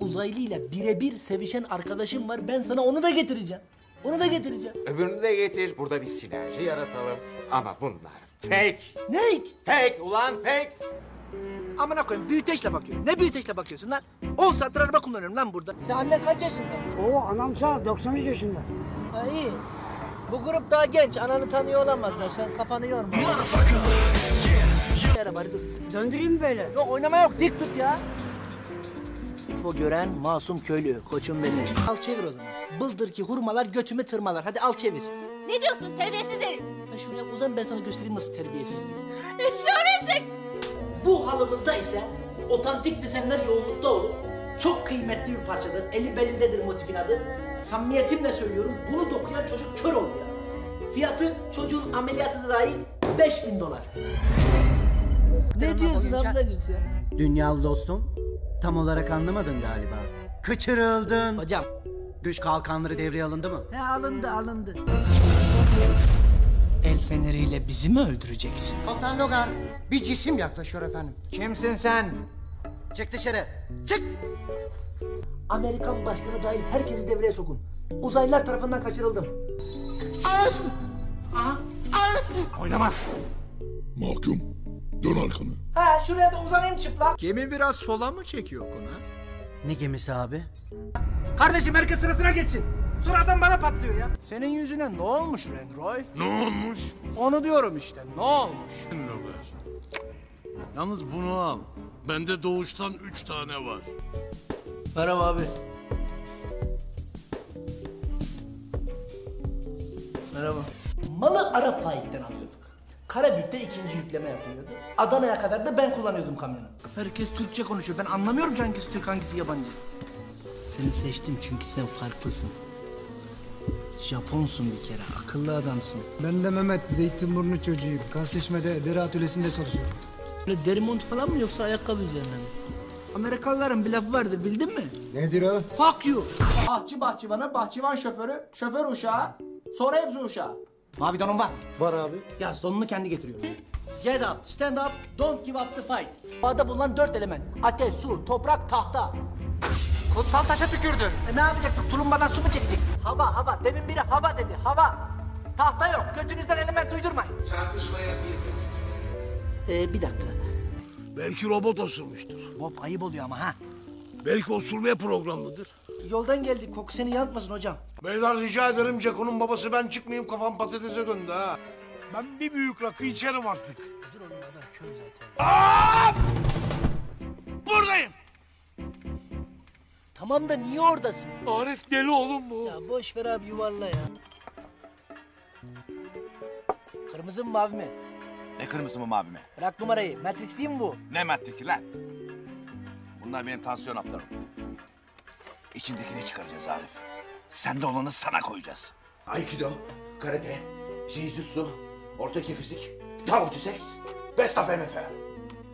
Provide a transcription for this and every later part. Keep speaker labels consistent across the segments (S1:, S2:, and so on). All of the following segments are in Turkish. S1: uzaylıyla birebir sevişen arkadaşım var. Ben sana onu da getireceğim. Onu da getireceğim.
S2: Öbürünü de getir. Burada bir sinerji yaratalım. Ama bunlar fake.
S1: Ne?
S2: Fake ulan fake.
S3: Amına koyayım büyüteçle bakıyorum. Ne büyüteçle bakıyorsun lan? 10 saattir araba kullanıyorum lan burada.
S1: Sen anne kaç yaşında?
S4: Oo anam sağ 93 yaşında.
S1: Ha iyi. Bu grup daha genç. Ananı tanıyor olamazlar. Sen kafanı yorma. Merhaba dur.
S4: Döndüreyim mi böyle?
S1: Yok oynama yok. Dik tut ya. UFO gören masum köylü. Koçum benim. Al çevir o zaman. Bıldır ki hurmalar götüme tırmalar. Hadi al çevir.
S5: Ne diyorsun terbiyesiz herif?
S1: Ha şuraya uzan ben sana göstereyim nasıl terbiyesizlik.
S5: Eşyaneşek!
S1: Bu halımızda ise otantik desenler yoğunlukta olur. Çok kıymetli bir parçadır. Eli belindedir motifin adı. Samimiyetimle söylüyorum bunu dokuyan çocuk kör oldu ya. Fiyatı çocuğun ameliyatı da dahil 5000 dolar. Ne diyorsun ablacığım sen?
S6: Dünyalı dostum, tam olarak anlamadın galiba. Kaçırıldın.
S1: Hocam
S6: Güç kalkanları devreye alındı mı?
S1: he alındı alındı. El feneriyle bizi mi öldüreceksin?
S6: Kaptan Logar, bir cisim yaklaşıyor efendim.
S3: Kimsin sen?
S6: Çık dışarı, çık!
S1: Amerikan başkanı dahil herkesi devreye sokun. Uzaylılar tarafından kaçırıldım.
S6: Anasını! Anasını!
S2: Oynama.
S7: Mahkum, dön arkanı.
S1: Ha şuraya da uzanayım çıplak.
S3: Gemi biraz sola mı çekiyor Kuna?
S6: Ne gemisi abi?
S3: Kardeşim herkes sırasına geçsin. Sonra adam bana patlıyor ya. Senin yüzüne ne olmuş Rendroy?
S8: Ne olmuş?
S3: Onu diyorum işte ne olmuş?
S8: Logar. Yalnız bunu al. Bende doğuştan üç tane var.
S3: Merhaba abi. Merhaba.
S1: Malı Arap Faik'ten alıyorduk. Karabük'te ikinci yükleme yapılıyordu. Adana'ya kadar da ben kullanıyordum kamyonu.
S3: Herkes Türkçe konuşuyor. Ben anlamıyorum ki hangisi Türk hangisi yabancı.
S1: Seni seçtim çünkü sen farklısın. Japonsun bir kere, akıllı adamsın.
S9: Ben de Mehmet Zeytinburnu çocuğuyum. Kasışme'de deri atölyesinde çalışıyorum.
S1: Böyle deri mont falan mı yoksa ayakkabı üzerine mi? Amerikalıların bir lafı vardır bildin mi?
S9: Nedir o?
S1: Fuck you.
S3: Ahçı bahçıvana, bahçıvan şoförü, şoför uşağı, sonra hepsi uşağı. Mavi donum var.
S9: Var abi.
S3: Ya sonunu kendi getiriyor.
S1: Get up, stand up, don't give up the fight. Bağda bulunan dört element. Ateş, su, toprak, tahta.
S3: Kutsal taşa tükürdü.
S1: E ne yapacaktık? Tulumbadan su mu çekecektik? Hava, hava. Demin biri hava dedi, hava. Tahta yok. Götünüzden element uydurmayın. Çarpışmaya bir Ee, bir dakika.
S8: Belki robot osurmuştur.
S1: Bob ayıp oluyor ama ha.
S8: Belki osurmaya programlıdır.
S1: Yoldan geldik. Koku seni yanıtmasın hocam.
S8: Beyler rica ederim Ceko'nun babası ben çıkmayayım kafam patatese döndü ha. Ben bir büyük rakı içerim artık.
S1: Dur oğlum adam kör zaten.
S8: Buradayım.
S1: Tamam da niye oradasın?
S8: Arif deli oğlum bu.
S1: Ya boş ver abi yuvarla ya. Kırmızı mı mavi mi?
S10: Ne kırmızı mı mavi mi?
S1: Bırak numarayı. Matrix değil mi bu?
S10: Ne mertlik lan? Bunlar benim tansiyon haplarım. İçindekini çıkaracağız Arif. Sende olanı sana koyacağız. Aikido, karate, jiu-jitsu, ortaki fizik, tavucu seks, best of MF.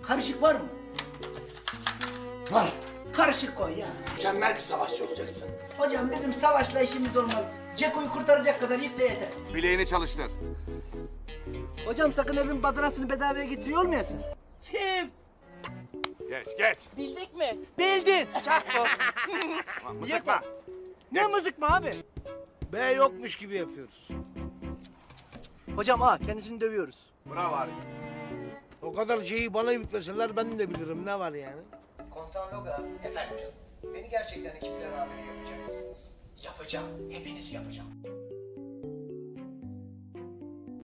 S1: Karışık var mı?
S10: Var,
S1: Karışık koy ya.
S10: mükemmel bir savaşçı olacaksın.
S1: Hocam bizim savaşla işimiz olmaz. Ceko'yu kurtaracak kadar ifte yeter.
S10: Bileğini çalıştır.
S1: Hocam sakın evin badanasını bedavaya getiriyor olmayasın.
S10: Geç, geç.
S1: Bildik mi? Bildin. Çakko.
S10: Mızıkla.
S1: ne mızık mı abi?
S8: B yokmuş gibi yapıyoruz.
S1: Hocam A kendisini dövüyoruz.
S10: Bravo Arif.
S8: O kadar şeyi bana yükleseler ben de bilirim ne var yani.
S3: Komutan Loga. Efendim canım. Beni gerçekten ekipler amiri yapacak mısınız? Yapacağım. Hepinizi yapacağım.